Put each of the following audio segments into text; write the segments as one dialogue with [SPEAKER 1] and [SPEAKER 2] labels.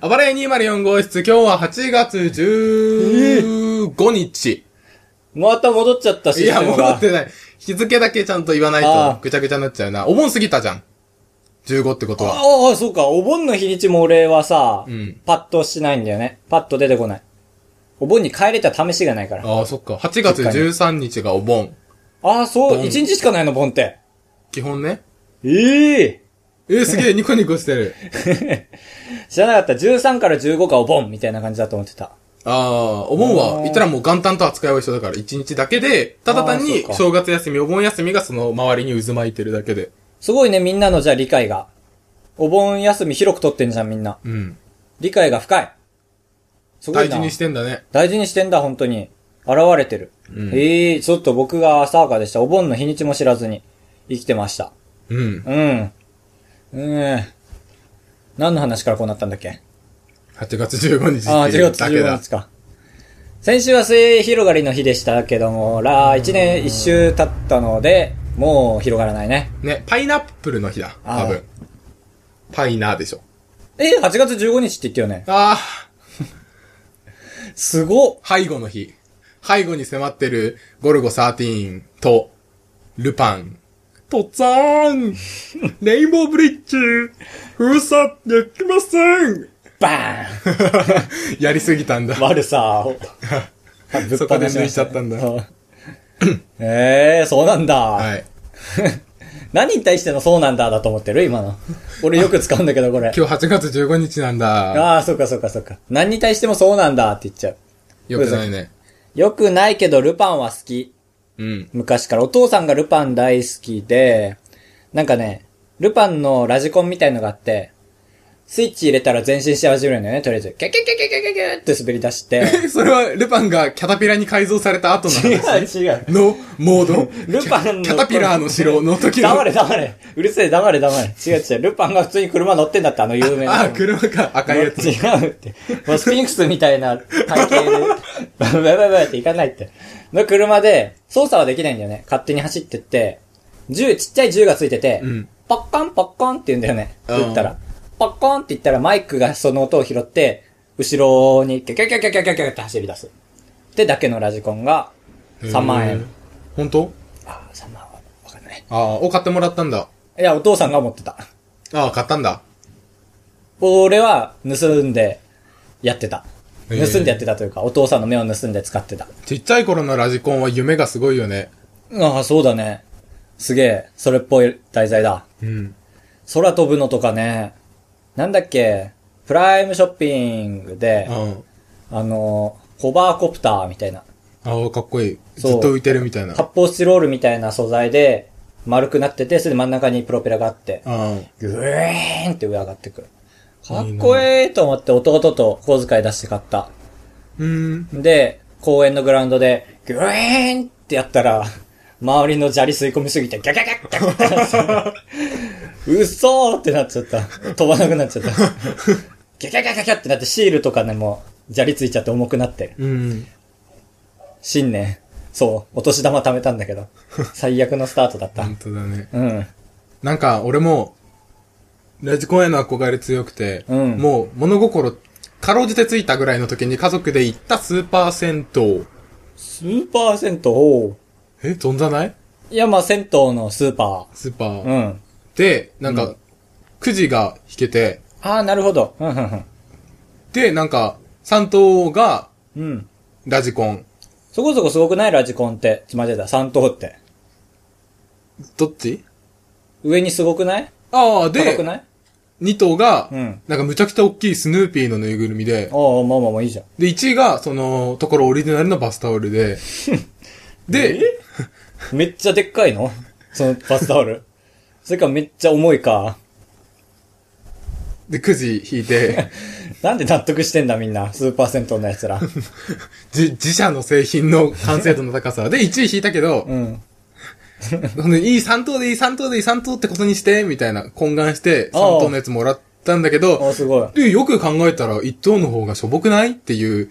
[SPEAKER 1] あばれ204号室、今日は8月15日。
[SPEAKER 2] また戻っちゃった
[SPEAKER 1] い
[SPEAKER 2] シス
[SPEAKER 1] や、
[SPEAKER 2] テム
[SPEAKER 1] 戻
[SPEAKER 2] が
[SPEAKER 1] っ。てない。日付だけちゃんと言わない
[SPEAKER 2] ああ
[SPEAKER 1] と、ぐちゃぐちゃになっちゃうな。お盆過ぎたじゃん。15ってこと
[SPEAKER 2] あ
[SPEAKER 1] は。
[SPEAKER 2] あああ、そうか。お盆の日にちも俺はさ、
[SPEAKER 1] うん
[SPEAKER 2] パッとしないんだよね。パッと出てこない。お盆に帰れた試しがないから。
[SPEAKER 1] ああ、そっか。8月13日がお盆。
[SPEAKER 2] ああ、そ
[SPEAKER 1] 盆
[SPEAKER 2] う。一日しかないの、盆って。
[SPEAKER 1] 基本ね。
[SPEAKER 2] ええ
[SPEAKER 1] えー、すげえ、ニコニコしてる。
[SPEAKER 2] 知らなかった。13から15がお盆みたいな感じだと思ってた。
[SPEAKER 1] ああ、お盆は、言ったらもう元旦と扱いは一緒だから、1日だけで、ただ単
[SPEAKER 2] ああ
[SPEAKER 1] に
[SPEAKER 2] そっか
[SPEAKER 1] 正月休み、お盆休みがその周りに渦巻いてるだけで。
[SPEAKER 2] すごいね、みんなのじゃあ理解が。お盆休み広く取ってんじゃん、みんな。
[SPEAKER 1] うん。
[SPEAKER 2] 理解が深い。すごい
[SPEAKER 1] 大
[SPEAKER 2] な。
[SPEAKER 1] 事にしてんだね。
[SPEAKER 2] 大事にしてんだ、本当に。現れてる。
[SPEAKER 1] うん
[SPEAKER 2] ええちょっと僕が浅はかでした。お盆の日にちも知らずに生きてました。
[SPEAKER 1] うん。
[SPEAKER 2] うん。うん。何の話からこうなったんだっけ
[SPEAKER 1] 8月15日って
[SPEAKER 2] ああ、
[SPEAKER 1] い
[SPEAKER 2] 違う、
[SPEAKER 1] うだけ
[SPEAKER 2] 15
[SPEAKER 1] だ
[SPEAKER 2] 日。か。先週は末広がりの日でしたけども、ら、1年、1週経ったので、もう広がらないね。
[SPEAKER 1] ね、パイナップルの日だ。
[SPEAKER 2] ああ
[SPEAKER 1] 多分。パイナーでしょ。
[SPEAKER 2] え、8月15日って言ったよね。
[SPEAKER 1] あ
[SPEAKER 2] すごっ
[SPEAKER 1] あ、背後の日。背後に迫ってるゴルゴ13と、ルパン。とっつぁんレインボーブリッジ封鎖できません
[SPEAKER 2] バーン
[SPEAKER 1] やりすぎたんだ。
[SPEAKER 2] 悪さ を。ぶ
[SPEAKER 1] そこで抜いちゃったんだ
[SPEAKER 2] そう。ええー、そうなんだ。
[SPEAKER 1] はい。
[SPEAKER 2] 何に対してのそうなんだだと思ってる今の。俺よく使うんだけど、これ。
[SPEAKER 1] 今日8月15日なんだ。
[SPEAKER 2] ああ、そうかそうかそうか。何に対してもそうなんだって言っちゃう。
[SPEAKER 1] よくないね。
[SPEAKER 2] よくないけど、ルパンは好き。
[SPEAKER 1] うん。
[SPEAKER 2] 昔から。お父さんがルパン大好きで、なんかね、ルパンのラジコンみたいのがあって、スイッチ入れたら前進し始めるんだよね、とりあえず。キャキャキャキャキャキャキャって滑り出して。
[SPEAKER 1] えそれは、ルパンがキャタピラに改造された後の
[SPEAKER 2] 違
[SPEAKER 1] 話
[SPEAKER 2] う違う。
[SPEAKER 1] のモード
[SPEAKER 2] ルパンの
[SPEAKER 1] キャタピラーの城の時の。
[SPEAKER 2] 黙れ黙れ。うるせえ黙れ黙れ。違う違う。ルパンが普通に車乗ってんだって、 あの有名な。
[SPEAKER 1] あ、車か。赤いやつ。
[SPEAKER 2] 違うって。もうスフィンクスみたいな体型で、バババババって行かないって。の車で、操作はできないんだよね。勝手に走ってって、銃、ちっちゃい銃がついてて、
[SPEAKER 1] うん
[SPEAKER 2] パッカンパッカンって言うんだよね。
[SPEAKER 1] うん
[SPEAKER 2] 打ったら。パッカンって言ったらマイクがその音を拾って、後ろにキャキャキャキャキャキャキャって走り出す。で、だけのラジコンが、3万
[SPEAKER 1] へー
[SPEAKER 2] 円。。
[SPEAKER 1] 本当
[SPEAKER 2] あー、3万はわかんない。
[SPEAKER 1] ああ、を買ってもらったんだ。
[SPEAKER 2] いや、お父さんが持ってた。
[SPEAKER 1] ああ、買ったんだ。
[SPEAKER 2] 俺は盗んでやってた。
[SPEAKER 1] へー
[SPEAKER 2] 盗んでやってたというか、お父さんの目を盗んで使ってた。
[SPEAKER 1] ちっちゃい頃のラジコンは夢がすごいよね。
[SPEAKER 2] ああ、そうだね。すげえ、それっぽい題材だ。
[SPEAKER 1] うん。
[SPEAKER 2] 空飛ぶのとかね。なんだっけ、プライムショッピングで、あ
[SPEAKER 1] あ
[SPEAKER 2] の、ホバーコプターみたいな。
[SPEAKER 1] あ、かっこいい。
[SPEAKER 2] そう
[SPEAKER 1] ずっと浮いてるみたいな。あ
[SPEAKER 2] 発泡スチロールみたいな素材で、丸くなってて、それで真ん中にプロペラがあって、
[SPEAKER 1] あ。
[SPEAKER 2] グエーンって上上がってくる。かっこええと思って弟と小遣い出して買った。
[SPEAKER 1] うん。
[SPEAKER 2] で、公園のグラウンドで、グエーンってやったら、周りの砂利吸い込みすぎて、ギャギャギャギャってなっちゃった。嘘ーってなっちゃった。飛ばなくなっちゃった。ギャギャギャギャギャってなって、シールとかね、もう、砂利ついちゃって重くなって。
[SPEAKER 1] うん。
[SPEAKER 2] 新年、そう、お年玉貯めたんだけど、最悪のスタートだった
[SPEAKER 1] 本。当だね。
[SPEAKER 2] うん。
[SPEAKER 1] なんか、俺も、ラジコンへの憧れ強くて、
[SPEAKER 2] うん
[SPEAKER 1] もう物心、かろうじてついたぐらいの時に家族で行ったスーパー銭湯。
[SPEAKER 2] スーパー銭湯おう
[SPEAKER 1] え、存ざない
[SPEAKER 2] いや、まあ、銭湯のスーパ
[SPEAKER 1] スーパー。
[SPEAKER 2] ー。うん。
[SPEAKER 1] で、なんか、くじが引けて、
[SPEAKER 2] ああ、なるほど。うん、うん、
[SPEAKER 1] で、なんか、三等が
[SPEAKER 2] うん。うん。
[SPEAKER 1] ラジコン。
[SPEAKER 2] そこそこすごくないラジコンって。ちまってた。三等って。
[SPEAKER 1] どっち
[SPEAKER 2] 上にすごくない
[SPEAKER 1] ああ、
[SPEAKER 2] 高く
[SPEAKER 1] で、
[SPEAKER 2] ない
[SPEAKER 1] 二等が、
[SPEAKER 2] うん
[SPEAKER 1] なんかむちゃくちゃ大きいスヌーピーのぬいぐるみで、
[SPEAKER 2] ああ、まあまあまあいいじゃん。
[SPEAKER 1] で、一位が、その、ところオリジナルのバスタオル で、で、
[SPEAKER 2] めっちゃでっかいのそのバスタオル。それかめっちゃ重いか。
[SPEAKER 1] で、くじ引い て、
[SPEAKER 2] なんで納得してんだみんな。スーパー銭湯の奴ら。
[SPEAKER 1] じ自社の製品の完成度の高さ。で、1位引いたけど、
[SPEAKER 2] うん。
[SPEAKER 1] ほんでいい3等でいい3等でいい3等ってことにして、みたいな懇願して、3等のやつもらったんだけど、
[SPEAKER 2] ああ、すごい。
[SPEAKER 1] で、よく考えたら、一等の方がしょぼくないっていう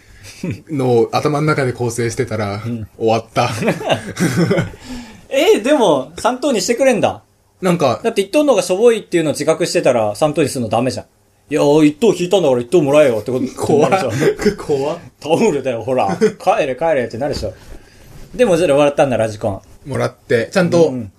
[SPEAKER 1] のを頭の中で構成してたら、終わ った。
[SPEAKER 2] えー、でも、三等にしてくれんだ。
[SPEAKER 1] なんか、
[SPEAKER 2] だって一等の方がしょぼいっていうのを自覚してたら、三等にするのダメじゃん。いやー、一等引いたんだから一等もらえよってこと
[SPEAKER 1] 怖
[SPEAKER 2] ってなるでしょ
[SPEAKER 1] い。怖い。
[SPEAKER 2] タオルだよ、ほら。帰れ帰れってなるでしょ。でも、それ笑ったんだ、ラジコン。
[SPEAKER 1] もらって、ちゃんと
[SPEAKER 2] う、ん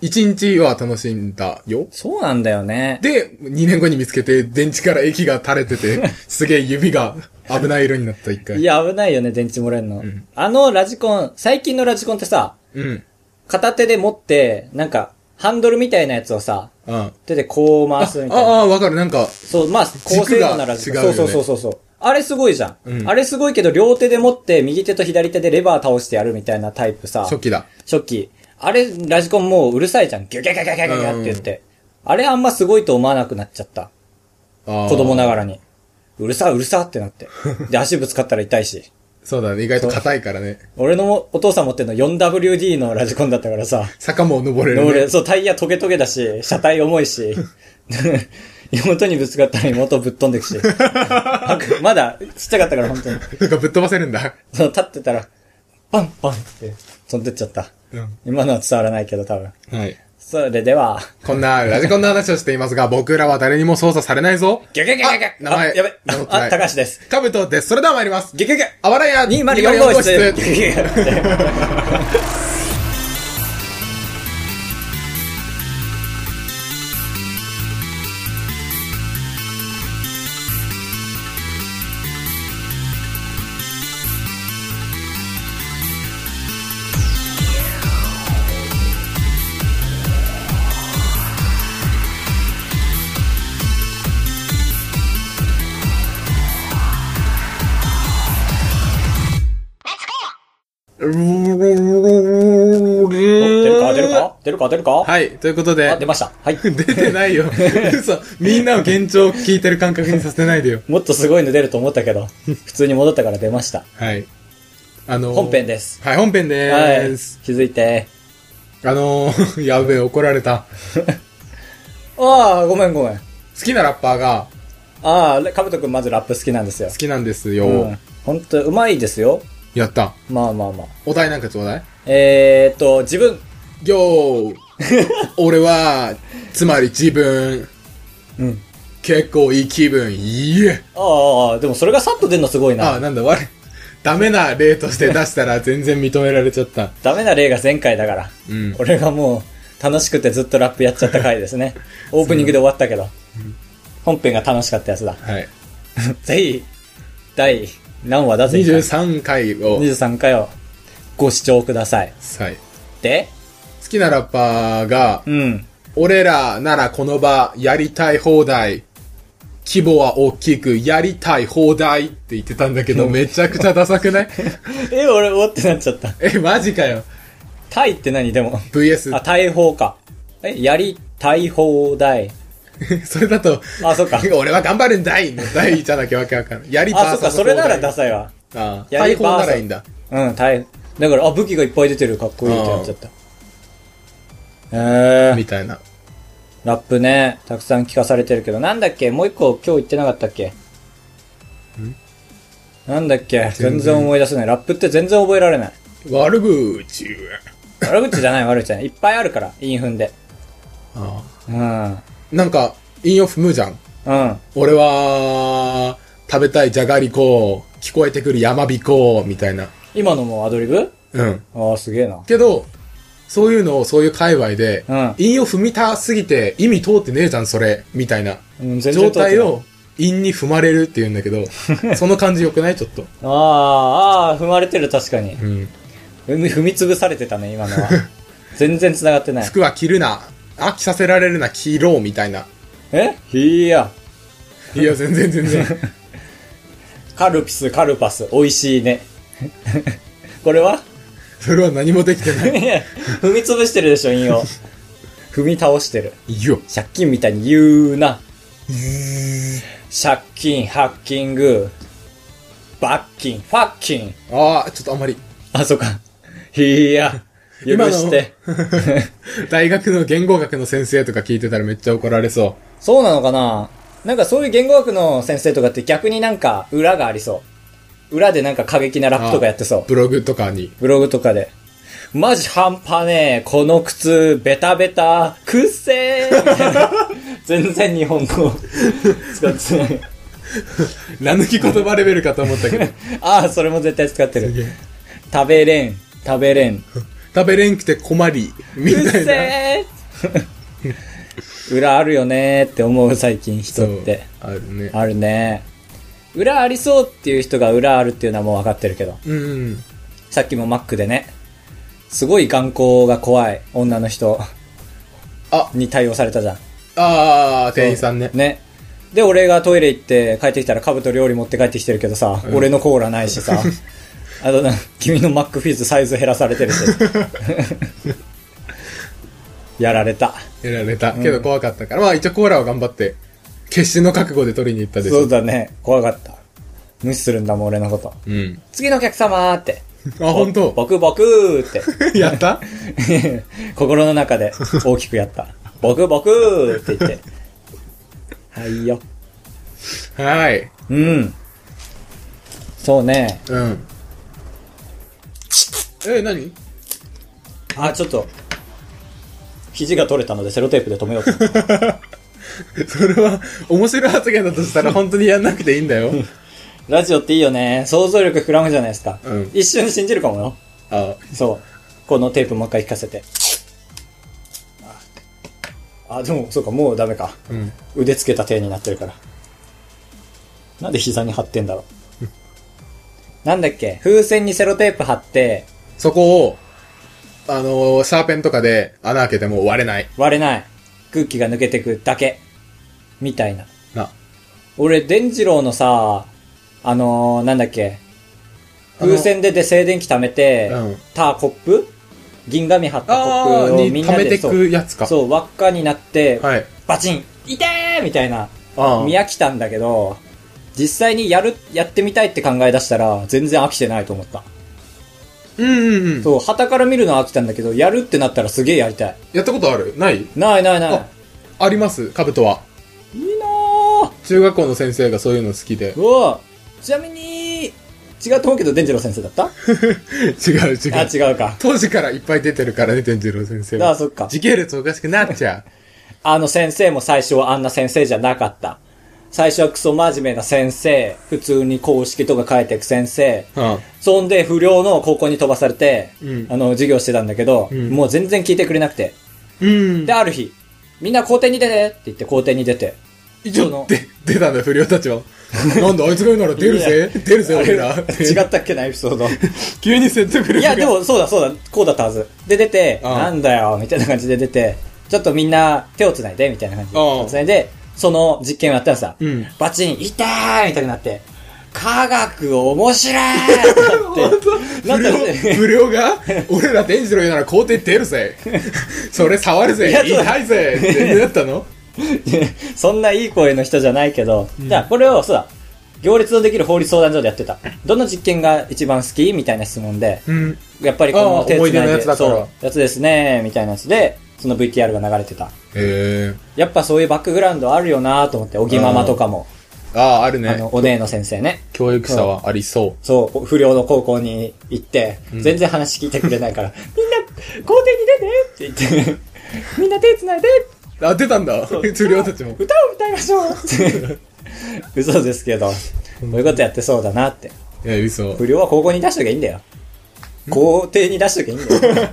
[SPEAKER 1] 一日は楽しんだよ。
[SPEAKER 2] そうなんだよね。
[SPEAKER 1] で、2年後に見つけて、電池から液が垂れて て、すげえ指が危ない色になった一
[SPEAKER 2] い
[SPEAKER 1] 回。
[SPEAKER 2] や、危ないよね、電池もらえるの。あのラジコン、最近のラジコンってさ、
[SPEAKER 1] うん。
[SPEAKER 2] 片手で持って、なんか、ハンドルみたいなやつをさ、
[SPEAKER 1] あ
[SPEAKER 2] 手でこう回すみたいな。
[SPEAKER 1] あ、わかる。なんか、
[SPEAKER 2] そう、まあ、高性能なラジコ
[SPEAKER 1] 軸が違
[SPEAKER 2] ン。
[SPEAKER 1] うよね
[SPEAKER 2] そうそうそうそう。あれすごいじゃん,、
[SPEAKER 1] うん
[SPEAKER 2] あれすごいけど、両手で持って、右手と左手でレバー倒してやるみたいなタイプさ。
[SPEAKER 1] 初期だ。
[SPEAKER 2] 初期。あれ、ラジコンもううるさいじゃん。ギュギュギュギュギュギュギュって言って。あれあんますごいと思わなくなっちゃった。
[SPEAKER 1] 子
[SPEAKER 2] 子供なが
[SPEAKER 1] ら。
[SPEAKER 2] らに。うるさ、うるさってな って。で、足ぶつかったら痛いし。
[SPEAKER 1] そうだね。意外と硬いからね。
[SPEAKER 2] 俺のお父さん持ってるの 4WD のラジコンだったからさ。
[SPEAKER 1] 坂も登れ
[SPEAKER 2] で
[SPEAKER 1] る、ね
[SPEAKER 2] 俺、。そう、タイヤトゲトゲだ し、車体重いし。妹にぶつかったら妹ぶっ飛んで くし。なんかまだ、ちっちゃかったから本当に。
[SPEAKER 1] なんかぶっ飛ばせるんだ。
[SPEAKER 2] そう、立ってたら、パンパンって飛んでっちゃった。
[SPEAKER 1] うん。
[SPEAKER 2] 今のは伝わらないけど多分。
[SPEAKER 1] はい。
[SPEAKER 2] それでは、
[SPEAKER 1] こんな、ラジコンの話をしていますが、僕らは誰にも操作されないぞ。
[SPEAKER 2] ギョギョギョギョギョ
[SPEAKER 1] あ名前
[SPEAKER 2] あやべ
[SPEAKER 1] 名乗ってな
[SPEAKER 2] あ、
[SPEAKER 1] い
[SPEAKER 2] 高橋です。
[SPEAKER 1] かぶとです。それでは参ります。
[SPEAKER 2] ギョギョギョ
[SPEAKER 1] あばらや
[SPEAKER 2] 204号室
[SPEAKER 1] 204
[SPEAKER 2] ギョギョギョ って出るか出るか出るか出るか
[SPEAKER 1] はい、ということ で
[SPEAKER 2] あ、。出ました。はい。
[SPEAKER 1] 出てない よ。嘘。みんなを幻聴を聞いてる感覚にさせてないでよ。
[SPEAKER 2] もっとすごいの出ると思ったけど、普通に戻ったから出ました。
[SPEAKER 1] はい。あのー
[SPEAKER 2] 本編です。
[SPEAKER 1] はい、本編で
[SPEAKER 2] はい。気
[SPEAKER 1] ーす。
[SPEAKER 2] づいて。
[SPEAKER 1] あのー、 やべえ、怒られた。
[SPEAKER 2] ああ、ごめんごめん。
[SPEAKER 1] 好きなラッパーが
[SPEAKER 2] ああ、かぶとくんまずラップ好きなんですよ
[SPEAKER 1] 好。きなんですよ。
[SPEAKER 2] うん。ほんと、うまいですよ。
[SPEAKER 1] やった。
[SPEAKER 2] まあまあまあ。
[SPEAKER 1] お題なんかちょうだい。
[SPEAKER 2] えーっと、自分。
[SPEAKER 1] よー 俺は、つまり自分、
[SPEAKER 2] うん。
[SPEAKER 1] 結構いい気分、いいえ。
[SPEAKER 2] ああ、でもそれがさっと出んのすごい
[SPEAKER 1] あ
[SPEAKER 2] な。
[SPEAKER 1] あ、なんだ、我々、ダメな例として出したら全然認められちゃった。
[SPEAKER 2] ダメな例が前回だから。
[SPEAKER 1] うん。
[SPEAKER 2] 俺がもう、楽しくてずっとラップやっちゃった回です ね。オープニングで終わったけど。本編が楽しかったやつだ。
[SPEAKER 1] はい。
[SPEAKER 2] ぜひ、第何話だぜ
[SPEAKER 1] 23回を、
[SPEAKER 2] 23回をご視聴ください。
[SPEAKER 1] はい。
[SPEAKER 2] で、
[SPEAKER 1] 好きなラッパーが、
[SPEAKER 2] うん。
[SPEAKER 1] 俺らならこの場やりたい放題。規模は大きくやりたい放題って言ってたんだけど、めちゃくちゃダサくない
[SPEAKER 2] え、俺、おってなっちゃった。
[SPEAKER 1] え、マジかよ。
[SPEAKER 2] タイって何でも。あ、
[SPEAKER 1] VS。
[SPEAKER 2] 大砲か。え、やり、大砲大。
[SPEAKER 1] それだと、
[SPEAKER 2] あ、 そっか。
[SPEAKER 1] 俺は頑張るんだいの第一じゃなきゃわけわかんない。やり
[SPEAKER 2] あ、そ
[SPEAKER 1] バー
[SPEAKER 2] っ
[SPEAKER 1] サ
[SPEAKER 2] か、
[SPEAKER 1] ス
[SPEAKER 2] それならダ
[SPEAKER 1] ス。
[SPEAKER 2] サいわ。
[SPEAKER 1] ああ
[SPEAKER 2] やり
[SPEAKER 1] 大砲
[SPEAKER 2] バーサス
[SPEAKER 1] ならいいんだ。
[SPEAKER 2] うん、大。だから、あ、武器がいっぱい出てる、かっこいいってなっちゃった。えー
[SPEAKER 1] み、たいな。
[SPEAKER 2] ラップね、たくさん聞かされてるけど、なんだっけもう一個今日言ってなかったっけなんだっけ全然思い出せない。ラップって全然覚えられない。
[SPEAKER 1] 悪口。
[SPEAKER 2] 悪口じゃ ない悪口じゃない。いっぱいあるから、インフンで。
[SPEAKER 1] あ
[SPEAKER 2] うん。うん。
[SPEAKER 1] あなんか、陰を踏むじゃん。俺は、食べたいじゃがりこ、聞こえてくるやまびこ、みたいな。
[SPEAKER 2] 今のもアドリブ
[SPEAKER 1] うん。
[SPEAKER 2] ああ、すげえな。
[SPEAKER 1] けど、そういうのを、そういう界隈で、
[SPEAKER 2] うん
[SPEAKER 1] 韻を踏みたすぎて、意味通ってねえじゃん、それ、みたいな
[SPEAKER 2] うん、全然
[SPEAKER 1] 状態
[SPEAKER 2] 通っ
[SPEAKER 1] を、韻に踏まれるって言うんだけど、 その感じ良くないちょっと。
[SPEAKER 2] てない。ああ、ああ、踏まれてる、確かに。
[SPEAKER 1] うん。
[SPEAKER 2] 踏み踏み潰されてたね、今の は。全然繋がってない。
[SPEAKER 1] 服は着るな、あ、着させられるな、着ろう、みたいな。
[SPEAKER 2] えいや。
[SPEAKER 1] いや、全然全然。
[SPEAKER 2] カルピス、カルパス、美味しいね。 これは
[SPEAKER 1] それは何もできてないい。
[SPEAKER 2] や踏み潰してるでしょ、陰を。踏み倒してる。
[SPEAKER 1] いいよ。
[SPEAKER 2] 借金みたいに言うな。借金、ハッキング、罰金、ファッキン。
[SPEAKER 1] ああ、ちょっとあんまり、
[SPEAKER 2] あ、そっか。いや、許
[SPEAKER 1] 今の
[SPEAKER 2] して。
[SPEAKER 1] 大学の言語学の先生とか聞いてたらめっちゃ怒られそ
[SPEAKER 2] そうなのかななんかそういう言語学の先生とかって逆になんか裏がありそう。裏でなんか過激なラップとかやってそう
[SPEAKER 1] う。。ブログとかに。
[SPEAKER 2] ブログとかで。マジ半端ねえ、この靴、ベタベタ、くっせえみたいな全然日本語を使ってない。
[SPEAKER 1] ら抜き言葉レベルかと思ったけ ど。
[SPEAKER 2] ああ、それも絶対使って
[SPEAKER 1] げえ
[SPEAKER 2] る。食べれん、食べれん。う
[SPEAKER 1] 食べれんくて困り、み
[SPEAKER 2] った
[SPEAKER 1] いな。
[SPEAKER 2] せー裏あるよねーって思う最近人って。
[SPEAKER 1] あるね。
[SPEAKER 2] あるね。裏ありそうっていう人が裏あるっていうのはもう分かってるけど。
[SPEAKER 1] うん。
[SPEAKER 2] さっきもマックでね、すごい眼光が怖い女の人
[SPEAKER 1] あ
[SPEAKER 2] に対応されたじゃん。
[SPEAKER 1] ああ、店員さんね。
[SPEAKER 2] ね。で、俺がトイレ行って帰ってきたらカブと料理持って帰ってきてるけどさ、俺のコーラない しさ、あとな、君のマックフィズサイズ減らさ れてるし。やられた。
[SPEAKER 1] やられた。けど怖かったから。まあ一応コーラは頑張って、決死の覚悟で取りに行ったでし
[SPEAKER 2] そ
[SPEAKER 1] ょ
[SPEAKER 2] う。だね。怖かった。無視するんだもん、俺のこと。
[SPEAKER 1] うん。
[SPEAKER 2] 次のお客様ーって。
[SPEAKER 1] あ、本当
[SPEAKER 2] 僕、僕ーっ て。
[SPEAKER 1] やった
[SPEAKER 2] 心の中で大きくやった。僕、僕ーって言って。はいよ。
[SPEAKER 1] はい。
[SPEAKER 2] うん。そうね。
[SPEAKER 1] うん。え、何
[SPEAKER 2] あ、ちょっと。肘が取れたのでセロテープで止めよう と思って。
[SPEAKER 1] それは、面白い発言だと したら本当にやんなくていいんだよ。
[SPEAKER 2] ラジオっていいよね。想像力膨らむじゃないですか。
[SPEAKER 1] うん
[SPEAKER 2] 一瞬信じるかもよ。
[SPEAKER 1] あ
[SPEAKER 2] そう。このテープもう一回引かせて。あ、でも、そうか、もうダメか。
[SPEAKER 1] うん。
[SPEAKER 2] 腕つけた手になってるから。なんで膝に貼ってんだろう。なんだっけ風船にセロテープ貼って、
[SPEAKER 1] そこを、あのーシャーペンとかで穴開けても割れない。
[SPEAKER 2] 割れない。空気が抜けてくだけ。みたいな。
[SPEAKER 1] な。
[SPEAKER 2] 俺、デンジローのさ、あのー、なんだっけ、風船でで静電気貯めて、
[SPEAKER 1] うん
[SPEAKER 2] たコップ銀紙貼ったコッ
[SPEAKER 1] あ
[SPEAKER 2] プ
[SPEAKER 1] ー
[SPEAKER 2] を
[SPEAKER 1] に
[SPEAKER 2] みん
[SPEAKER 1] 溜
[SPEAKER 2] な
[SPEAKER 1] めて
[SPEAKER 2] で、そう
[SPEAKER 1] くやつか。
[SPEAKER 2] そう、輪っかになって、
[SPEAKER 1] はい。
[SPEAKER 2] バチン痛えみたいな、
[SPEAKER 1] ああ
[SPEAKER 2] 見飽きたんだけど、実際にやる、やってみたいって考え出したら、全然飽きてないと思った。
[SPEAKER 1] うんうんうん。
[SPEAKER 2] そう、旗から見るのは飽きたんだけど、やるってなったらすげえやりたい。
[SPEAKER 1] やったことあるない
[SPEAKER 2] ないないない。
[SPEAKER 1] ああります、カブトは。
[SPEAKER 2] いいなー
[SPEAKER 1] 中学校の先生がそういうの好き で。
[SPEAKER 2] うわちなみに、違うと思うけど、デンジロー先生 だった
[SPEAKER 1] 違う違
[SPEAKER 2] あ、
[SPEAKER 1] う。
[SPEAKER 2] 違うか。
[SPEAKER 1] 当時からいっぱい出てるからね、天次郎先生
[SPEAKER 2] あ
[SPEAKER 1] は。
[SPEAKER 2] そっか
[SPEAKER 1] 時系列おかしくなっちゃ
[SPEAKER 2] あの先生も最初はあんな先生じゃなかった。最初はクソ真面目な先生、普通に公式とか書いていく先生、
[SPEAKER 1] う。うん。
[SPEAKER 2] そんで不良の高校に飛ばされて、
[SPEAKER 1] うん
[SPEAKER 2] あの、授業してたんだけど、
[SPEAKER 1] うん
[SPEAKER 2] もう全然聞いてくれなくて。
[SPEAKER 1] うん
[SPEAKER 2] で、。ある日、みんな校庭に出てって言って校庭に出て、
[SPEAKER 1] 一応、で、出たんだ、不良た ちは。なんだ、あいつが言うなら出るぜ。出るぜ、
[SPEAKER 2] あ
[SPEAKER 1] 俺
[SPEAKER 2] れ
[SPEAKER 1] ら。
[SPEAKER 2] 違ったっけな、エピソ ード。
[SPEAKER 1] 急に説得力が。
[SPEAKER 2] いや、で。もそうだそうだ、こうだったはず。で、出て、
[SPEAKER 1] うん
[SPEAKER 2] なんだよ、みたいな感じで出て、ちょっとみんな手を繋いで、みたいな感じで。
[SPEAKER 1] うん
[SPEAKER 2] 繋いで、その実験をやったらさ、
[SPEAKER 1] うん
[SPEAKER 2] バチン、痛いみたいになって、科学面白い ってなっ
[SPEAKER 1] 不
[SPEAKER 2] て、な
[SPEAKER 1] 良
[SPEAKER 2] んだって、
[SPEAKER 1] 不良が、俺ら天次郎言うなら校庭出る ぜ。それ触るぜ
[SPEAKER 2] いや。そう
[SPEAKER 1] 痛いぜ。ってなったの
[SPEAKER 2] そんないい声の人じゃないけど、じゃあこれを、そうだ、行列のできる法律相談所でやってた。どの実験が一番好きみたいな質問で、
[SPEAKER 1] うん。
[SPEAKER 2] やっぱりこ
[SPEAKER 1] あ
[SPEAKER 2] の
[SPEAKER 1] あ
[SPEAKER 2] 手
[SPEAKER 1] 思い出
[SPEAKER 2] 繋
[SPEAKER 1] の
[SPEAKER 2] い
[SPEAKER 1] や
[SPEAKER 2] で、
[SPEAKER 1] つだから
[SPEAKER 2] そう、やつですね、みたいなやつで、その VTR が流れてた。
[SPEAKER 1] へえ。
[SPEAKER 2] やっぱそういうバックグラウンドあるよなと思って、おぎママとかも、
[SPEAKER 1] ああ、ある
[SPEAKER 2] あ
[SPEAKER 1] ね
[SPEAKER 2] の、。お姉の先生ね。
[SPEAKER 1] 教育者はありそ
[SPEAKER 2] そう、不良の高校に行って、全然話聞いてくれな いから、みんな、校庭に出てって 言って、みんな手繋いで、
[SPEAKER 1] う。あ、出たんだ。不良たちも。
[SPEAKER 2] 歌を歌いましょう って。嘘ですけど、こういうことやってそうだなって。
[SPEAKER 1] いや、 嘘。
[SPEAKER 2] 不良は高校に出しときゃいいんだよ。校庭に出しときゃいいん だよ。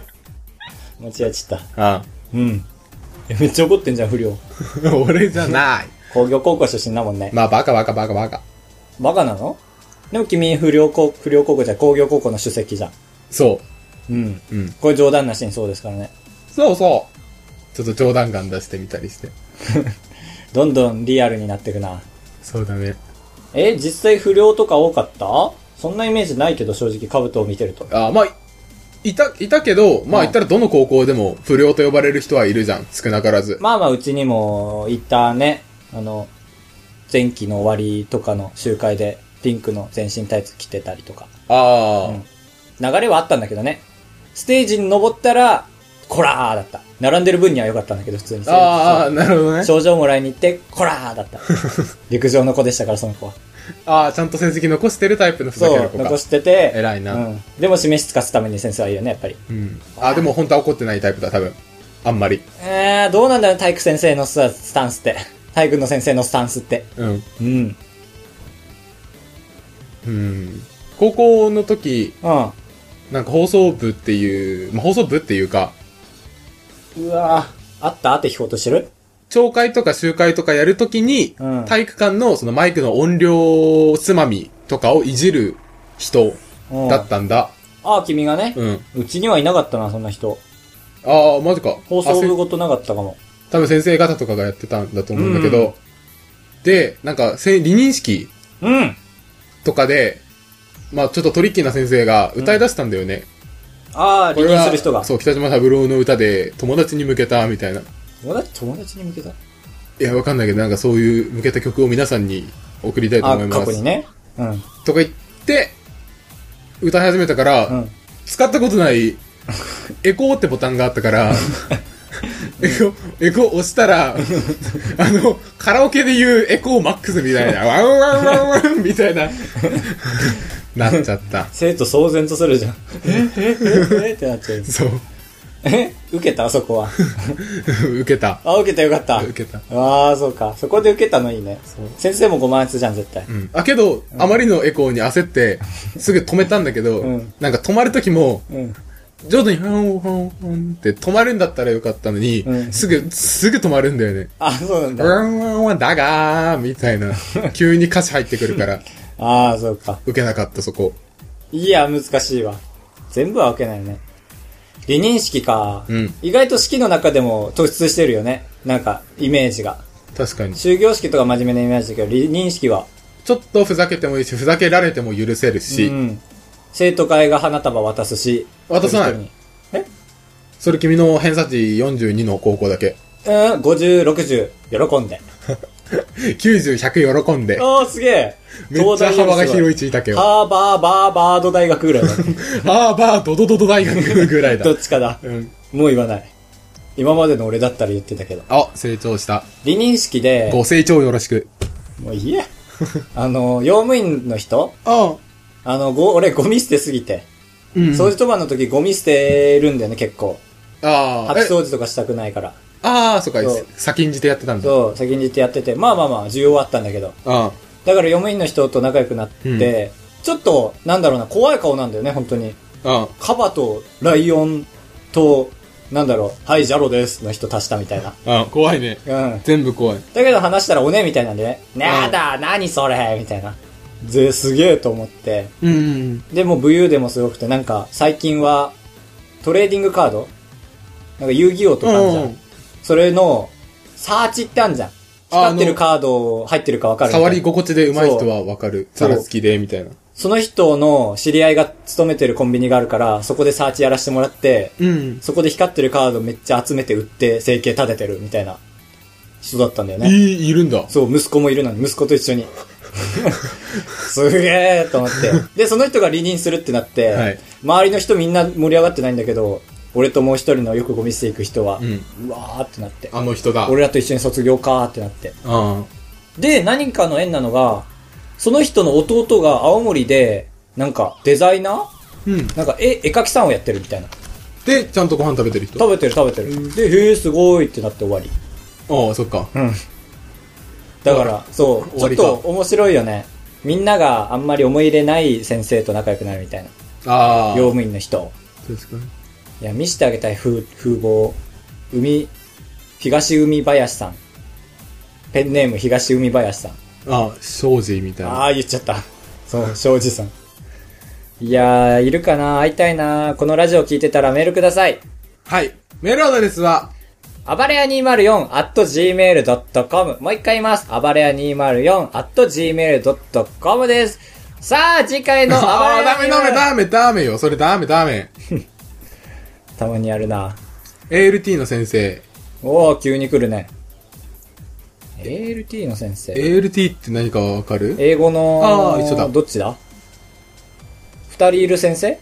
[SPEAKER 2] 間違えちゃった。
[SPEAKER 1] あ
[SPEAKER 2] うん。えめっちゃ怒ってんじゃん、不良。
[SPEAKER 1] あ俺じゃない。
[SPEAKER 2] 工業高校出身だもんね。
[SPEAKER 1] まあ、バカバカバカバカ。
[SPEAKER 2] バカなのでも君、不良高、不良高校じゃ、工業高校の主席じゃん。
[SPEAKER 1] そ
[SPEAKER 2] うん。
[SPEAKER 1] う。うん。
[SPEAKER 2] これ冗談なしにそうですからね。
[SPEAKER 1] そうそう。ちょっと冗談感出してみたりして。
[SPEAKER 2] どんどんリアルになってくな。
[SPEAKER 1] そうだね。
[SPEAKER 2] え、実際不良とか多かったそんなイメージないけど、正直、兜を見てると。
[SPEAKER 1] ああ、まあ、いた、いたけど、まあ
[SPEAKER 2] うん
[SPEAKER 1] 言ったらどの高校でも不良と呼ばれる人はいるじゃん。少なからず。
[SPEAKER 2] まあまあ、うちにも、いたね。あの、前期の終わりとかの集会で、ピンクの全身タイツ着てたりとか。
[SPEAKER 1] ああ、
[SPEAKER 2] うん流れはあったんだけどね。ステージに登ったら、コラーだった。並んでる分には良かったんだけど、普通に。
[SPEAKER 1] ああ、なるほどね。
[SPEAKER 2] 症状もらいに行って、こらー だった。陸上の子でしたから、その子は。
[SPEAKER 1] ああ、ちゃんと成績残してるタイプのふざ
[SPEAKER 2] そ
[SPEAKER 1] ける
[SPEAKER 2] う、
[SPEAKER 1] 子か
[SPEAKER 2] 残。してて。
[SPEAKER 1] 偉いな
[SPEAKER 2] うん。でも示しつかすために先生はいいよね、やっぱり。
[SPEAKER 1] うん。ああ、でも本当は怒ってないタイプだ、多分。あんまり。
[SPEAKER 2] えー、どうなんだろう、体育先生のさスタンス って。体育の先生のスタンスって。
[SPEAKER 1] うん。
[SPEAKER 2] うん。
[SPEAKER 1] うん。高校の時、
[SPEAKER 2] うん。
[SPEAKER 1] なんか放送部っていう、まあ、放送部っていうか、
[SPEAKER 2] うわぁ。あったって聞こうとしてる
[SPEAKER 1] 町会とか集会とかやるときに、
[SPEAKER 2] うん
[SPEAKER 1] 体育館のそのマイクの音量つまみとかをいじる人
[SPEAKER 2] うん
[SPEAKER 1] だったんだ。
[SPEAKER 2] ああ、君がね。
[SPEAKER 1] うん。
[SPEAKER 2] うちにはいなかったな、そんな人。
[SPEAKER 1] ああ、マジか。
[SPEAKER 2] 放送
[SPEAKER 1] あせ
[SPEAKER 2] 部ごとなかったかも。
[SPEAKER 1] 多分先生方とかがやってたんだと思うんだけど、
[SPEAKER 2] う
[SPEAKER 1] で、なんか、せ離任式
[SPEAKER 2] うん。
[SPEAKER 1] とかで、まあちょっとトリッキーな先生が歌い出したんだよね。
[SPEAKER 2] ああ、
[SPEAKER 1] こ
[SPEAKER 2] 離
[SPEAKER 1] れ
[SPEAKER 2] 任
[SPEAKER 1] は
[SPEAKER 2] する人が。
[SPEAKER 1] そう、北島三郎の歌で友達に向けたみたいな。い
[SPEAKER 2] 友達、友達に向けた
[SPEAKER 1] や、わかんないけど、なんかそういう向けた曲を皆さんに送りたいと
[SPEAKER 2] あ
[SPEAKER 1] 思い
[SPEAKER 2] ー、
[SPEAKER 1] ま
[SPEAKER 2] 過去
[SPEAKER 1] す。
[SPEAKER 2] にね。うん。
[SPEAKER 1] とか言って、歌い始めたから、
[SPEAKER 2] うん。
[SPEAKER 1] 使ったことないエコーってボタンがあった から、エコ、エコー押したら、あの、カラオケで言うエコーマックスみたいな、ワンワンワンワンみたいな、なっちゃった。
[SPEAKER 2] 生徒騒然とするじゃん。ええええってなっちゃう。
[SPEAKER 1] そう。
[SPEAKER 2] え受けたそこは。
[SPEAKER 1] 受けた。
[SPEAKER 2] あ、受けたよかった。
[SPEAKER 1] 受けた。
[SPEAKER 2] ああ、そうか。そこで受けたのいいね。先生もご満悦じゃん、絶対
[SPEAKER 1] う。ん。あ、けど、あまりのエコーに焦って、すぐ止めたんだけど、
[SPEAKER 2] うん
[SPEAKER 1] なんか止まる時も、
[SPEAKER 2] うん。
[SPEAKER 1] 徐々に、ファンファンファンって止まるんだったらよかったのに、
[SPEAKER 2] うん
[SPEAKER 1] すぐ、すぐ止まるんだよね。
[SPEAKER 2] あ、そうなんだ。
[SPEAKER 1] ワンワンワンだがーみたい な、急に歌詞入ってくるから。
[SPEAKER 2] ああ、そうか。
[SPEAKER 1] 受けなかったそこ。
[SPEAKER 2] いや、難しいわ。全部は受けないね。離任式か。
[SPEAKER 1] うん
[SPEAKER 2] 意外と式の中でも突出してるよね。なんか、イメージが。
[SPEAKER 1] 確かに。
[SPEAKER 2] 終業式とか真面目なイメージだけど、離任式は。
[SPEAKER 1] ちょっとふざけてもいいし、ふざけられても許せるし、
[SPEAKER 2] うん。生徒会が花束渡すし。
[SPEAKER 1] 渡さない
[SPEAKER 2] 一人にえ
[SPEAKER 1] それ君の偏差値42の高校だけ。
[SPEAKER 2] うん、50、60、喜 んで。
[SPEAKER 1] 90、100喜んで。
[SPEAKER 2] ああ、すげえ。
[SPEAKER 1] めっちゃ幅が広い地位だけよ。
[SPEAKER 2] ハーバー、バー、バード大学ぐらいだね。
[SPEAKER 1] ハーバードドドド大学ぐらいだ
[SPEAKER 2] ど。っちかだ。
[SPEAKER 1] うん。
[SPEAKER 2] もう言わない。今までの俺だったら言ってたけど。
[SPEAKER 1] あ、成長した。
[SPEAKER 2] 離任式で、
[SPEAKER 1] ご成長よろしく。
[SPEAKER 2] もういいや。あの、用務員の人
[SPEAKER 1] あ
[SPEAKER 2] あの、ご、俺ゴミ捨てすぎて。
[SPEAKER 1] うん。
[SPEAKER 2] 掃除当番の時ゴミ捨てるんだよね、結構。
[SPEAKER 1] ああ。
[SPEAKER 2] 吐き
[SPEAKER 1] え
[SPEAKER 2] 掃除とかしたくないから。
[SPEAKER 1] ああ、そっか
[SPEAKER 2] そう。
[SPEAKER 1] 先んじてやってたんだ。
[SPEAKER 2] そう、先に行ってやってて、まあまあまあ、需要はあったんだけど。
[SPEAKER 1] あ
[SPEAKER 2] だから、嫁員の人と仲良くなって、ちょっと、なんだろうな、怖い顔なんだよね、本当に。
[SPEAKER 1] あ。あ
[SPEAKER 2] カバとライオンと、なんだろう、はい、ジャロですの人足したみたいな。
[SPEAKER 1] あ。ああ、怖いね。
[SPEAKER 2] うん。
[SPEAKER 1] 全部怖い。
[SPEAKER 2] だけど話したらおねみたいなんでね、ねえだ、何それみたいな。ぜ、すげえと思って。
[SPEAKER 1] うん。
[SPEAKER 2] でも武勇でもすごくて、なんか最近はトレーディングカードなんか遊戯王とかあるじゃん。
[SPEAKER 1] うん
[SPEAKER 2] それのサーチってあるじゃん。光ってるカード入ってるかわかるみたいな
[SPEAKER 1] 触り心地で上手い人はわかる。
[SPEAKER 2] そ
[SPEAKER 1] ざら
[SPEAKER 2] う
[SPEAKER 1] つきで、みたいな。
[SPEAKER 2] その人の知り合いが勤めてるコンビニがあるから、そこでサーチやらせてもらって、
[SPEAKER 1] うん。
[SPEAKER 2] そこで光ってるカードめっちゃ集めて売って生計立ててるみたいな人だったんだよね。
[SPEAKER 1] いい、いるんだ。
[SPEAKER 2] そう、息子もいるのに、息子と一緒に。 すげえと思って。で、その人が離任するってなって、
[SPEAKER 1] はい
[SPEAKER 2] 周りの人みんな盛り上がってないんだけど、俺ともう一人のよくゴミ捨て行く人は、
[SPEAKER 1] う
[SPEAKER 2] うわーってなって、
[SPEAKER 1] あの人だ。
[SPEAKER 2] 俺らと一緒に卒業かーってなって。
[SPEAKER 1] あ
[SPEAKER 2] で、何かの縁なのが、その人の弟が青森で、なんかデザイナー
[SPEAKER 1] うん。
[SPEAKER 2] なんか絵、絵描きさんをやってるみたいな。
[SPEAKER 1] で、ちゃんとご飯食べてる人。あ
[SPEAKER 2] 食べてる食べてる。で、へえ、すごいってなって終わり。
[SPEAKER 1] あ、そっか。
[SPEAKER 2] うん。だから、そ
[SPEAKER 1] 終
[SPEAKER 2] う、ちょ
[SPEAKER 1] わ
[SPEAKER 2] っ
[SPEAKER 1] りか
[SPEAKER 2] と面白いよね。みんながあんまり思い入れない先生と仲良くなるみたいな。
[SPEAKER 1] ああ。
[SPEAKER 2] 用務員の人。
[SPEAKER 1] 確かに。
[SPEAKER 2] いや、見せてあげたい風、風貌。海、東海林さん。ペンネーム東海林さん。
[SPEAKER 1] ああ、庄司みたいな。
[SPEAKER 2] ああ、言っちゃった。そう、庄司さん。いやー、いるかな会いたいなこのラジオ聞いてたらメールください。
[SPEAKER 1] はい。メールアドレスは、
[SPEAKER 2] 暴れ屋 204.gmail.com。もう一回言います。暴れ屋 204.gmail.com です。さあ、次回の暴
[SPEAKER 1] ああ、ダ
[SPEAKER 2] れ
[SPEAKER 1] メ
[SPEAKER 2] 屋
[SPEAKER 1] ダメダメ
[SPEAKER 2] 204。
[SPEAKER 1] ダメよ。それダメダメ。
[SPEAKER 2] たまにやるな。
[SPEAKER 1] ALT の先生。
[SPEAKER 2] おー、急に来るね。ALT の先生。
[SPEAKER 1] ALT って何かわかる
[SPEAKER 2] 英語の、
[SPEAKER 1] あー一緒だ
[SPEAKER 2] どっちだ二人いる先生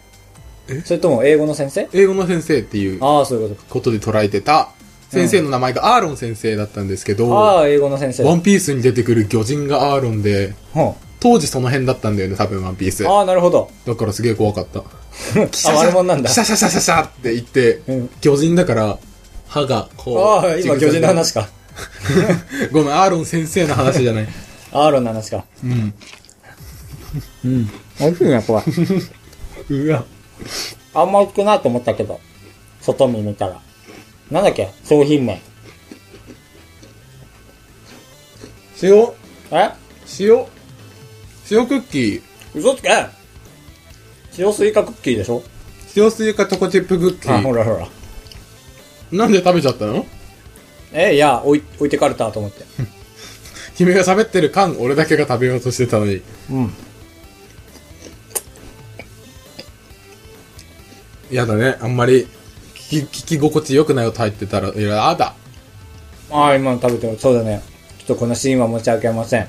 [SPEAKER 1] え
[SPEAKER 2] それとも英語の先生
[SPEAKER 1] 英語の先生っていう
[SPEAKER 2] ああ、そういうこ
[SPEAKER 1] ことで捉えてた、先生の名前がアーロン先生だったんですけ
[SPEAKER 2] と。
[SPEAKER 1] ど、
[SPEAKER 2] ああ、英語の先生
[SPEAKER 1] ワ
[SPEAKER 2] だ。
[SPEAKER 1] ンピースに出てくる魚人がアーロンで、
[SPEAKER 2] ほ
[SPEAKER 1] 当時その辺だったんだよね、多分ワンピース
[SPEAKER 2] う。ああ、なるほど。
[SPEAKER 1] だからすげえ怖かった。
[SPEAKER 2] あ、悪者なんだ
[SPEAKER 1] シ。ャシャシャシャシャって言って、
[SPEAKER 2] うん
[SPEAKER 1] 巨人だから、歯がこ
[SPEAKER 2] あ
[SPEAKER 1] う。
[SPEAKER 2] あ、今、巨人の話か。
[SPEAKER 1] ごめん、アーロン先生の話 じゃない。
[SPEAKER 2] アーロンの話か。
[SPEAKER 1] うん。
[SPEAKER 2] うん。美味しいね、こ れ。
[SPEAKER 1] うわ。
[SPEAKER 2] あんまりくないと思ったけど。外見見たら。なんだっけ商品名。
[SPEAKER 1] 塩、
[SPEAKER 2] え
[SPEAKER 1] 塩、塩クッキー、
[SPEAKER 2] 嘘つけ塩スイカクッキーでしょ
[SPEAKER 1] 塩スイカチョコチップクッキ
[SPEAKER 2] あ、ほ
[SPEAKER 1] ー。
[SPEAKER 2] らほら。
[SPEAKER 1] なんで食べちゃったの
[SPEAKER 2] え、いや、置い置いてかれたと思って。
[SPEAKER 1] 君が喋ってる間、俺だけが食べようとしてたのに。
[SPEAKER 2] うん。
[SPEAKER 1] やだね、あんまり聞き、聞き心地良くない音入ってたら、いや、あ だ。
[SPEAKER 2] ああ、今の食べてる。そうだね。ちょっとこのシーンは持ち上げません。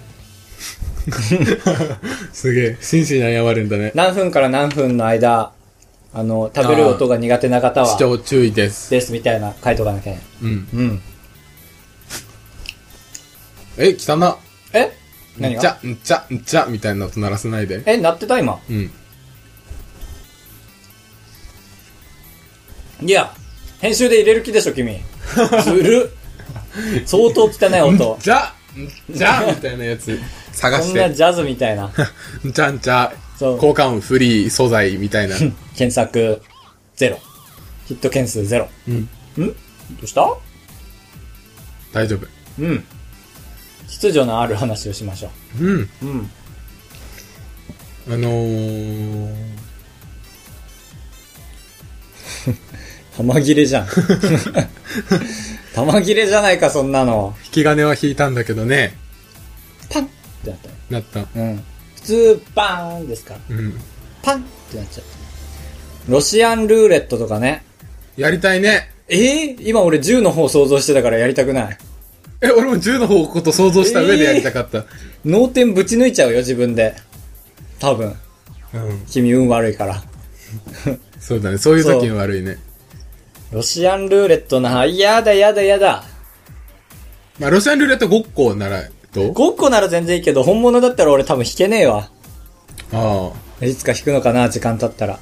[SPEAKER 1] すげえ、真摯に謝るんだね。
[SPEAKER 2] 何分から何分の間、あの、食べる音が苦手な方
[SPEAKER 1] 視
[SPEAKER 2] は、
[SPEAKER 1] 聴注意です。
[SPEAKER 2] ですみたいな書いとかなきゃね。
[SPEAKER 1] うん。
[SPEAKER 2] うん。
[SPEAKER 1] え、汚な。
[SPEAKER 2] え何
[SPEAKER 1] ん
[SPEAKER 2] が
[SPEAKER 1] ちゃ、んちゃ、んちゃ、みたいな音鳴らさないで。
[SPEAKER 2] え、鳴ってた今。
[SPEAKER 1] うん。
[SPEAKER 2] いや、編集で入れる気でしょ、君。ずるっ。相当汚い音。
[SPEAKER 1] じゃ、んちゃ、みたいなや つ、探
[SPEAKER 2] こ
[SPEAKER 1] し
[SPEAKER 2] んな
[SPEAKER 1] て。
[SPEAKER 2] ジャズみたいな。
[SPEAKER 1] んちゃんちゃ、
[SPEAKER 2] そう
[SPEAKER 1] 交換音フリー素材み たいな。
[SPEAKER 2] 検索、ゼロ。ヒット件数ゼロ。
[SPEAKER 1] うん。
[SPEAKER 2] んどうした
[SPEAKER 1] 大丈夫。
[SPEAKER 2] うん。秩序のある話をしましょ
[SPEAKER 1] うん。
[SPEAKER 2] う。 うん。
[SPEAKER 1] あのー、
[SPEAKER 2] 玉切れじゃん。玉切れじゃないか、そんなの。
[SPEAKER 1] 引き金は引いたんだけどね。
[SPEAKER 2] パンってなったね。
[SPEAKER 1] なった。
[SPEAKER 2] うん。普通、バーンですから。
[SPEAKER 1] うん。
[SPEAKER 2] パンってなっちゃった。ロシアンルーレットとかね。
[SPEAKER 1] やりたいね。
[SPEAKER 2] えー、今俺10の方想像してたからやりたくない。
[SPEAKER 1] え、俺も銃の方のこと想像した上でやりたかった。
[SPEAKER 2] 脳天ぶち抜いちゃうよ、自分で。多分。
[SPEAKER 1] うん。
[SPEAKER 2] 君運悪いから。
[SPEAKER 1] そうだね。そういう時に悪いね。
[SPEAKER 2] ロシアンルーレットな、やだやだやだ。
[SPEAKER 1] まあ、ロシアンルーレット5個ならどう
[SPEAKER 2] 5個なら全然いいけど、本物だったら俺多分弾けねえわ。
[SPEAKER 1] ああ。
[SPEAKER 2] いつか弾くのかな、時間経ったら。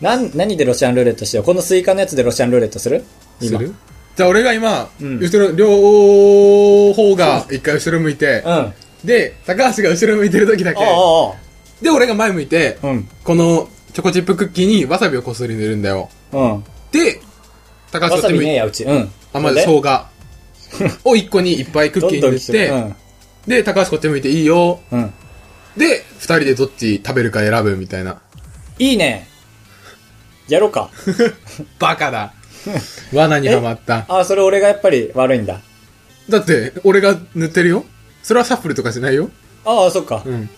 [SPEAKER 2] なん、何でロシアンルーレットしようこのスイカのやつでロシアンルーレットする
[SPEAKER 1] す
[SPEAKER 2] 今
[SPEAKER 1] るじゃあ俺が今、
[SPEAKER 2] うん
[SPEAKER 1] 後ろ、両方が一回後ろ向いて
[SPEAKER 2] うん。、あ
[SPEAKER 1] で、高橋が後ろ向いてる時だけ
[SPEAKER 2] あ、、あ
[SPEAKER 1] で、俺が前向いて
[SPEAKER 2] あ、、うん。
[SPEAKER 1] このチョコチップクッキーにわさびをこすり塗るんだよ。
[SPEAKER 2] うん。
[SPEAKER 1] で、高橋
[SPEAKER 2] わ
[SPEAKER 1] が
[SPEAKER 2] さ
[SPEAKER 1] 手
[SPEAKER 2] び
[SPEAKER 1] 向い
[SPEAKER 2] ねえや、うち。うん。
[SPEAKER 1] あ、まず
[SPEAKER 2] で
[SPEAKER 1] 生姜 を1個にいっぱいクッキーに塗っ
[SPEAKER 2] 来る
[SPEAKER 1] て、
[SPEAKER 2] うん。
[SPEAKER 1] で、高橋こっち向いていいよ。
[SPEAKER 2] うん。
[SPEAKER 1] で、2人でどっち食べるか選ぶみたいな。
[SPEAKER 2] いいね。やろうか。
[SPEAKER 1] バカ だ。罠にはまった。
[SPEAKER 2] ああ、それ俺がやっぱり悪いんだ。
[SPEAKER 1] だって、俺が塗ってるよ。それはシャッフルとかしないよ。
[SPEAKER 2] ああ、そっか。
[SPEAKER 1] うん。。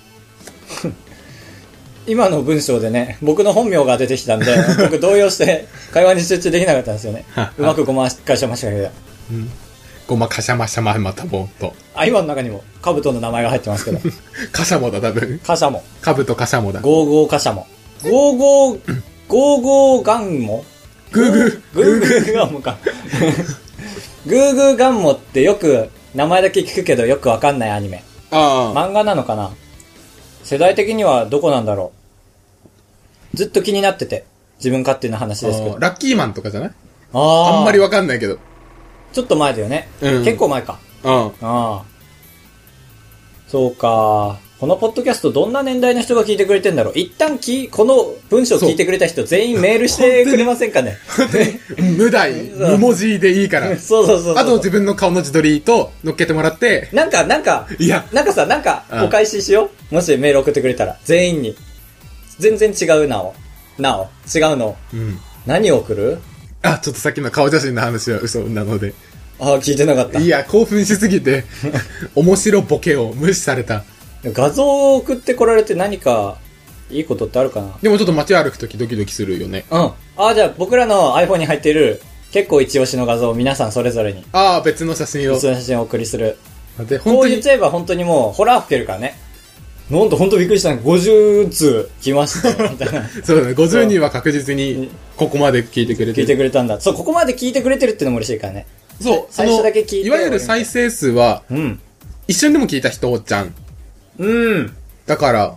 [SPEAKER 2] 今の文章でね、僕の本名が出てきたんで、僕動揺して会話に集中できなかったんですよねうまくごまかしましたけど。
[SPEAKER 1] ごまかしゃましゃままたぼんと。
[SPEAKER 2] あ、今の中にも、カブトの名前が入ってます けど。
[SPEAKER 1] カシャモだ、多分。
[SPEAKER 2] カシャモ、
[SPEAKER 1] カブとカシャモだ。
[SPEAKER 2] ゴーゴーカシャモ、ゴーゴー、ゴーゴーガンモ
[SPEAKER 1] グーグー、
[SPEAKER 2] グーグーガ ンモか。グーグーガンモってよく、名前だけ聞くけどよくわかんないアニメ。
[SPEAKER 1] ああ。
[SPEAKER 2] 漫画なのかな世代的にはどこなんだろうずっと気になってて。自分勝手な話ですけど。
[SPEAKER 1] ラッキーマンとかじゃない
[SPEAKER 2] あー
[SPEAKER 1] あんまりわかんないけど。
[SPEAKER 2] ちょっと前だよね。
[SPEAKER 1] うん
[SPEAKER 2] 結構前か。
[SPEAKER 1] うん。
[SPEAKER 2] ああ。そうか。このポッドキャストどんな年代の人が聞いてくれてんだろう一旦き、この文章を聞いてくれた人全員メールしてくれませんかね
[SPEAKER 1] 無題、無文字でいいから。
[SPEAKER 2] そうそうそうそう。
[SPEAKER 1] あと自分の顔の自撮りと乗っけてもらって、
[SPEAKER 2] なんか、なんか、
[SPEAKER 1] いや、
[SPEAKER 2] なんかさ、なんか
[SPEAKER 1] うん、
[SPEAKER 2] お返ししよう。もしメール送ってくれたら、全員に。全然違うなお。なお。違うの。
[SPEAKER 1] うん。
[SPEAKER 2] 何を送る
[SPEAKER 1] あ、ちょっとさっきの顔写真の話は嘘なので。
[SPEAKER 2] ああ、聞いてなかった
[SPEAKER 1] い。や、興奮しすぎて、面白ボケを無視された。
[SPEAKER 2] 画像を送ってこられて何か、いいことってあるかな
[SPEAKER 1] でもちょっと街歩くときドキドキするよね。
[SPEAKER 2] うん。ああ、じゃあ僕らの iPhone に入っている、結構一押しの画像を皆さんそれぞれに、
[SPEAKER 1] ああ、別の写真を
[SPEAKER 2] 別。の写真をお送りする。
[SPEAKER 1] で、
[SPEAKER 2] こ
[SPEAKER 1] 本
[SPEAKER 2] う
[SPEAKER 1] 当
[SPEAKER 2] 言っ
[SPEAKER 1] に、
[SPEAKER 2] ちゃえば本当にもう、ホラー吹けるからね。なんと本当びっくりしたの50通来ましたよ、みた いな。
[SPEAKER 1] そうだね、50人は確実に、ここまで聞いてくれて
[SPEAKER 2] 聞
[SPEAKER 1] る
[SPEAKER 2] いてくれたんだ。そう、ここまで聞いてくれてるってのも嬉しいからね。
[SPEAKER 1] そう、そ
[SPEAKER 2] 最初
[SPEAKER 1] の、
[SPEAKER 2] だけ聞いて
[SPEAKER 1] いわゆる再生数は、
[SPEAKER 2] うん。
[SPEAKER 1] 一瞬でも聞いた人じゃん。
[SPEAKER 2] うん。
[SPEAKER 1] だから、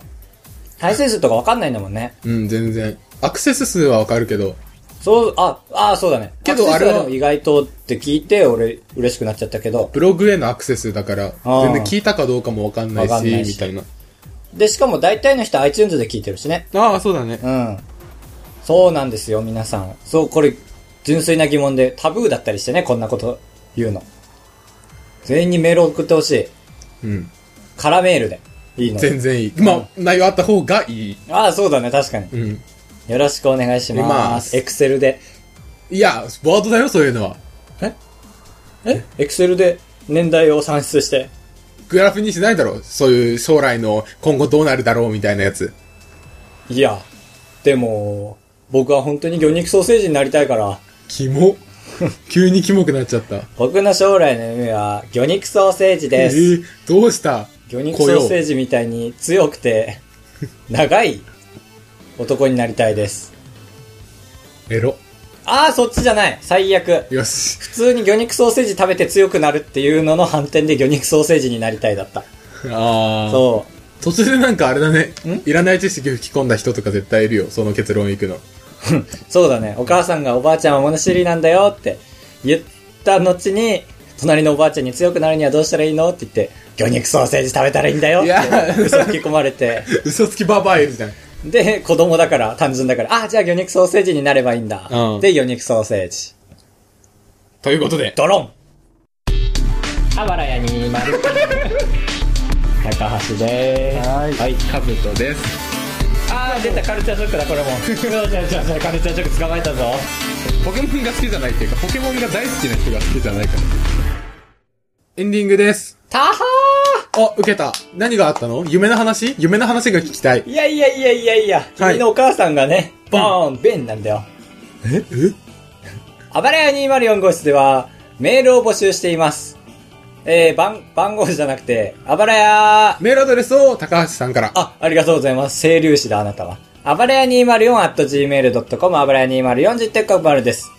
[SPEAKER 2] 再生数とかわかんないんだもんね。
[SPEAKER 1] うん、全然。アクセス数はわかるけど、
[SPEAKER 2] そう、あ、あそうだね。
[SPEAKER 1] けど
[SPEAKER 2] アクセス
[SPEAKER 1] あれは
[SPEAKER 2] でも意外とって聞いて、俺、嬉しくなっちゃったけど。
[SPEAKER 1] ブログへのアクセスだから、
[SPEAKER 2] あー
[SPEAKER 1] 全然聞いたかどうかもわかんない
[SPEAKER 2] わかんない
[SPEAKER 1] し、
[SPEAKER 2] し
[SPEAKER 1] みたいな。
[SPEAKER 2] で、しかも大体の人 iTunes で聞いてるしね。
[SPEAKER 1] ああ、そうだね。
[SPEAKER 2] うん。そうなんですよ、皆さん。そう、これ、純粋な疑問で、タブーだったりしてね、こんなこと言うの。全員にメール送ってほしい。
[SPEAKER 1] うん。
[SPEAKER 2] カラメールで。いいの。
[SPEAKER 1] 全然いい。まあ、内容あった方がいい。
[SPEAKER 2] ああ、そうだね、確かに。
[SPEAKER 1] うん。
[SPEAKER 2] よろしくお願いします。エ
[SPEAKER 1] い
[SPEAKER 2] クセルで。
[SPEAKER 1] いや、ワードだよ、そういうのは。
[SPEAKER 2] えエクセルで年代を算出して。
[SPEAKER 1] グラフにしないだろ。そういう将来の今後どうなるだろうみたいなやつ。
[SPEAKER 2] いや、でも、僕は本当に魚肉ソーセージになりたいから、
[SPEAKER 1] キ モ。急にキモくなっちゃった。
[SPEAKER 2] 僕の将来の夢は魚肉ソーセージです。
[SPEAKER 1] えーどうした
[SPEAKER 2] 魚肉ソーセージみたいに強 くて、長い男になりたいです。
[SPEAKER 1] エロ。
[SPEAKER 2] ああ、そっちじゃない最悪。
[SPEAKER 1] よし。
[SPEAKER 2] 普通に魚肉ソーセージ食べて強くなるっていうのの反転で魚肉ソーセージになりたいだった。
[SPEAKER 1] ああ。
[SPEAKER 2] そ
[SPEAKER 1] 途中でなんかあれだね
[SPEAKER 2] ん。
[SPEAKER 1] いらない知識吹き込んだ人とか絶対いるよ。その結論いくの。
[SPEAKER 2] う。そうだね。お母さんがおばあちゃんは物知りなんだよって言った後に、隣のおばあちゃんに強くなるにはどうしたらいいのって言って、魚肉ソーセージ食べたらいいんだよっ
[SPEAKER 1] いや
[SPEAKER 2] て嘘吹き込ま れて、
[SPEAKER 1] 嘘つきバーバーいるじゃん。
[SPEAKER 2] で、子供だから、単純だから、あ、じゃあ魚肉ソーセージになればいいんだ。
[SPEAKER 1] うん
[SPEAKER 2] で、魚肉ソーセージ。
[SPEAKER 1] ということで。
[SPEAKER 2] ドロンあばらやにまる高橋でーす
[SPEAKER 1] はい。カブトです。
[SPEAKER 2] あー出たカルチャーショックだこれも違う違う違うカルチャーショック捕まえたぞ
[SPEAKER 1] ポケモンが好きじゃないっていうか、ポケモンが大好きな人が好きじゃないから。エンディングです。
[SPEAKER 2] たは
[SPEAKER 1] あ、受けた。何があったの夢の話夢の話が聞きたい
[SPEAKER 2] ー。いやいやいやいやいや、君のお母さんがねボーンベンなんだよ
[SPEAKER 1] ええ
[SPEAKER 2] あばらや204号室ではメールを募集していますえー、番、番号じゃなくて、あばらやー
[SPEAKER 1] メールアドレスを高橋さんから。
[SPEAKER 2] あ、ありがとうございます。清流師だ、あなたは。あばらや 204.gmail.com、あばらや204、実点0です。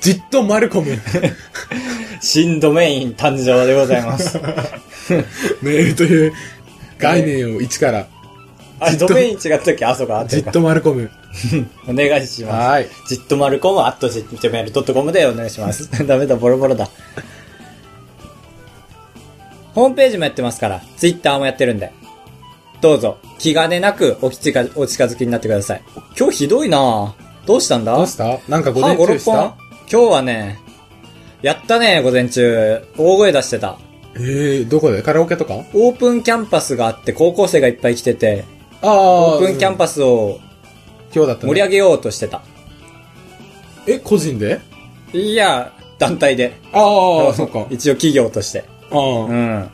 [SPEAKER 1] じっとマルコ ム。
[SPEAKER 2] 新ドメイン誕生でござい ます。
[SPEAKER 1] メールという概念を一から。
[SPEAKER 2] あれ、ドメイン違ったっけあ、そうか、あ
[SPEAKER 1] じ
[SPEAKER 2] う
[SPEAKER 1] っ
[SPEAKER 2] か。
[SPEAKER 1] とマルコム。
[SPEAKER 2] お願いします。
[SPEAKER 1] はい。
[SPEAKER 2] じっとまるコム、アットジットメールドットコムでお願いします。 ダメだ、ボロボロだ。ホームページもやってますから、ツイッターもやってるんで。どうぞ、気兼ねなくおきちかお近づきになってください。今日ひどいなぁ。どうしたんだ
[SPEAKER 1] どうしたなんか午
[SPEAKER 2] あ、
[SPEAKER 1] 前
[SPEAKER 2] 5、
[SPEAKER 1] 中
[SPEAKER 2] 6
[SPEAKER 1] し
[SPEAKER 2] 本
[SPEAKER 1] た
[SPEAKER 2] 今日はね、やったね、午前中。大声出してた。
[SPEAKER 1] ええどこでカラオケとか
[SPEAKER 2] オープンキャンパスがあって、高校生がいっぱい来てて、
[SPEAKER 1] ああ
[SPEAKER 2] オープンキャン
[SPEAKER 1] パ
[SPEAKER 2] パスを
[SPEAKER 1] 今日だったね
[SPEAKER 2] 盛り上げようとしてた。
[SPEAKER 1] え、個人で
[SPEAKER 2] いや、団体で。
[SPEAKER 1] ああ、そうか。
[SPEAKER 2] 一応企業として。
[SPEAKER 1] あ
[SPEAKER 2] うん。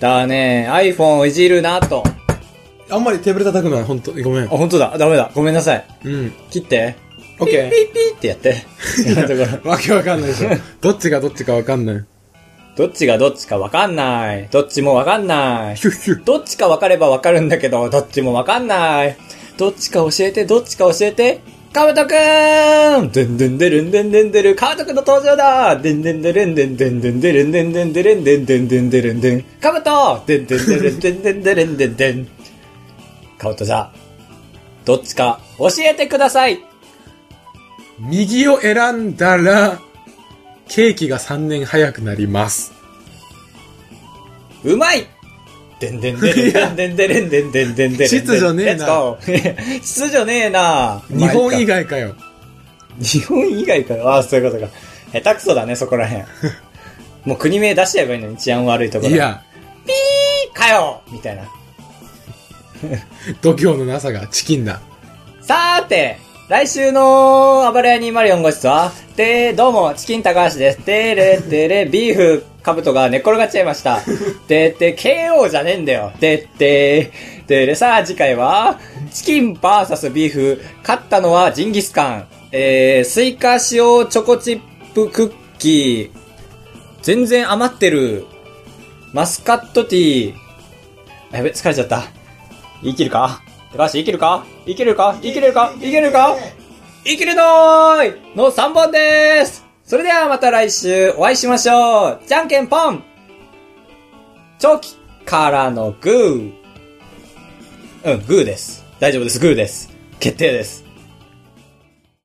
[SPEAKER 2] だね、iPhone をいじるなと。あ、
[SPEAKER 1] あ。あんまりテーブル叩くのは本当にごめん。
[SPEAKER 2] 本当だ。ダメだ。ごめんなさい。
[SPEAKER 1] うん。
[SPEAKER 2] 切って。
[SPEAKER 1] オッケー
[SPEAKER 2] ピッピッピッってやって。 今のとこ ろ。
[SPEAKER 1] わけわかんないでしょ。どっちがどっちかわかんない。
[SPEAKER 2] どっちがどっちかわかんない。どっちもわかんない。
[SPEAKER 1] ヒュッヒュッ。
[SPEAKER 2] どっちかわかればわかるんだけど、どっちもわかんない。どっちか教えて、どっちか教えて。カブトくーんでんでんでるんでんでんでる。カブトくんの登場だでんでんでるんでんでんでんでるんでんでんでるんでんでんでんでるんでん。カブトでんでんでるんでんでんでるんでんでん。カブトじゃ、どっちか教えてください
[SPEAKER 1] 右を選んだら、ケーキが3年早くなります。
[SPEAKER 2] うまいでんでんでるんでんでるんでんでんでんでん。
[SPEAKER 1] 秩序ねえな。
[SPEAKER 2] 秩序ねえな。
[SPEAKER 1] 日本以外かよ。
[SPEAKER 2] 日本以外からああ、そういうことか。下手くそだね、そこ らへん。もう国名出しちゃえばいいのに治安悪いところ。
[SPEAKER 1] い、や、
[SPEAKER 2] かよみたいな。
[SPEAKER 1] 度胸のなさがチキンだ。
[SPEAKER 2] さーて、来週の暴れ屋204号室は、で、どうも、チキン高橋です。でれ、でれ、ビーフ、カブトが寝っ転がっちゃいました。で、で、KO じゃねえんだよ。で、で、でれ、さあ次回は、チキンバーサスビーフ、勝ったのはジンギスカン、えー、スイカ塩チョコチップクッキー、全然余ってる、マスカットティー、やべ、疲れちゃった。生きるか高橋生きるか生きるか生きるか生きるか生きるのーいの3本でーすそれではまた来週お会いしましょうじゃんけんぽん長期からのグーうん、グーです。大丈夫です、グーです。決定です。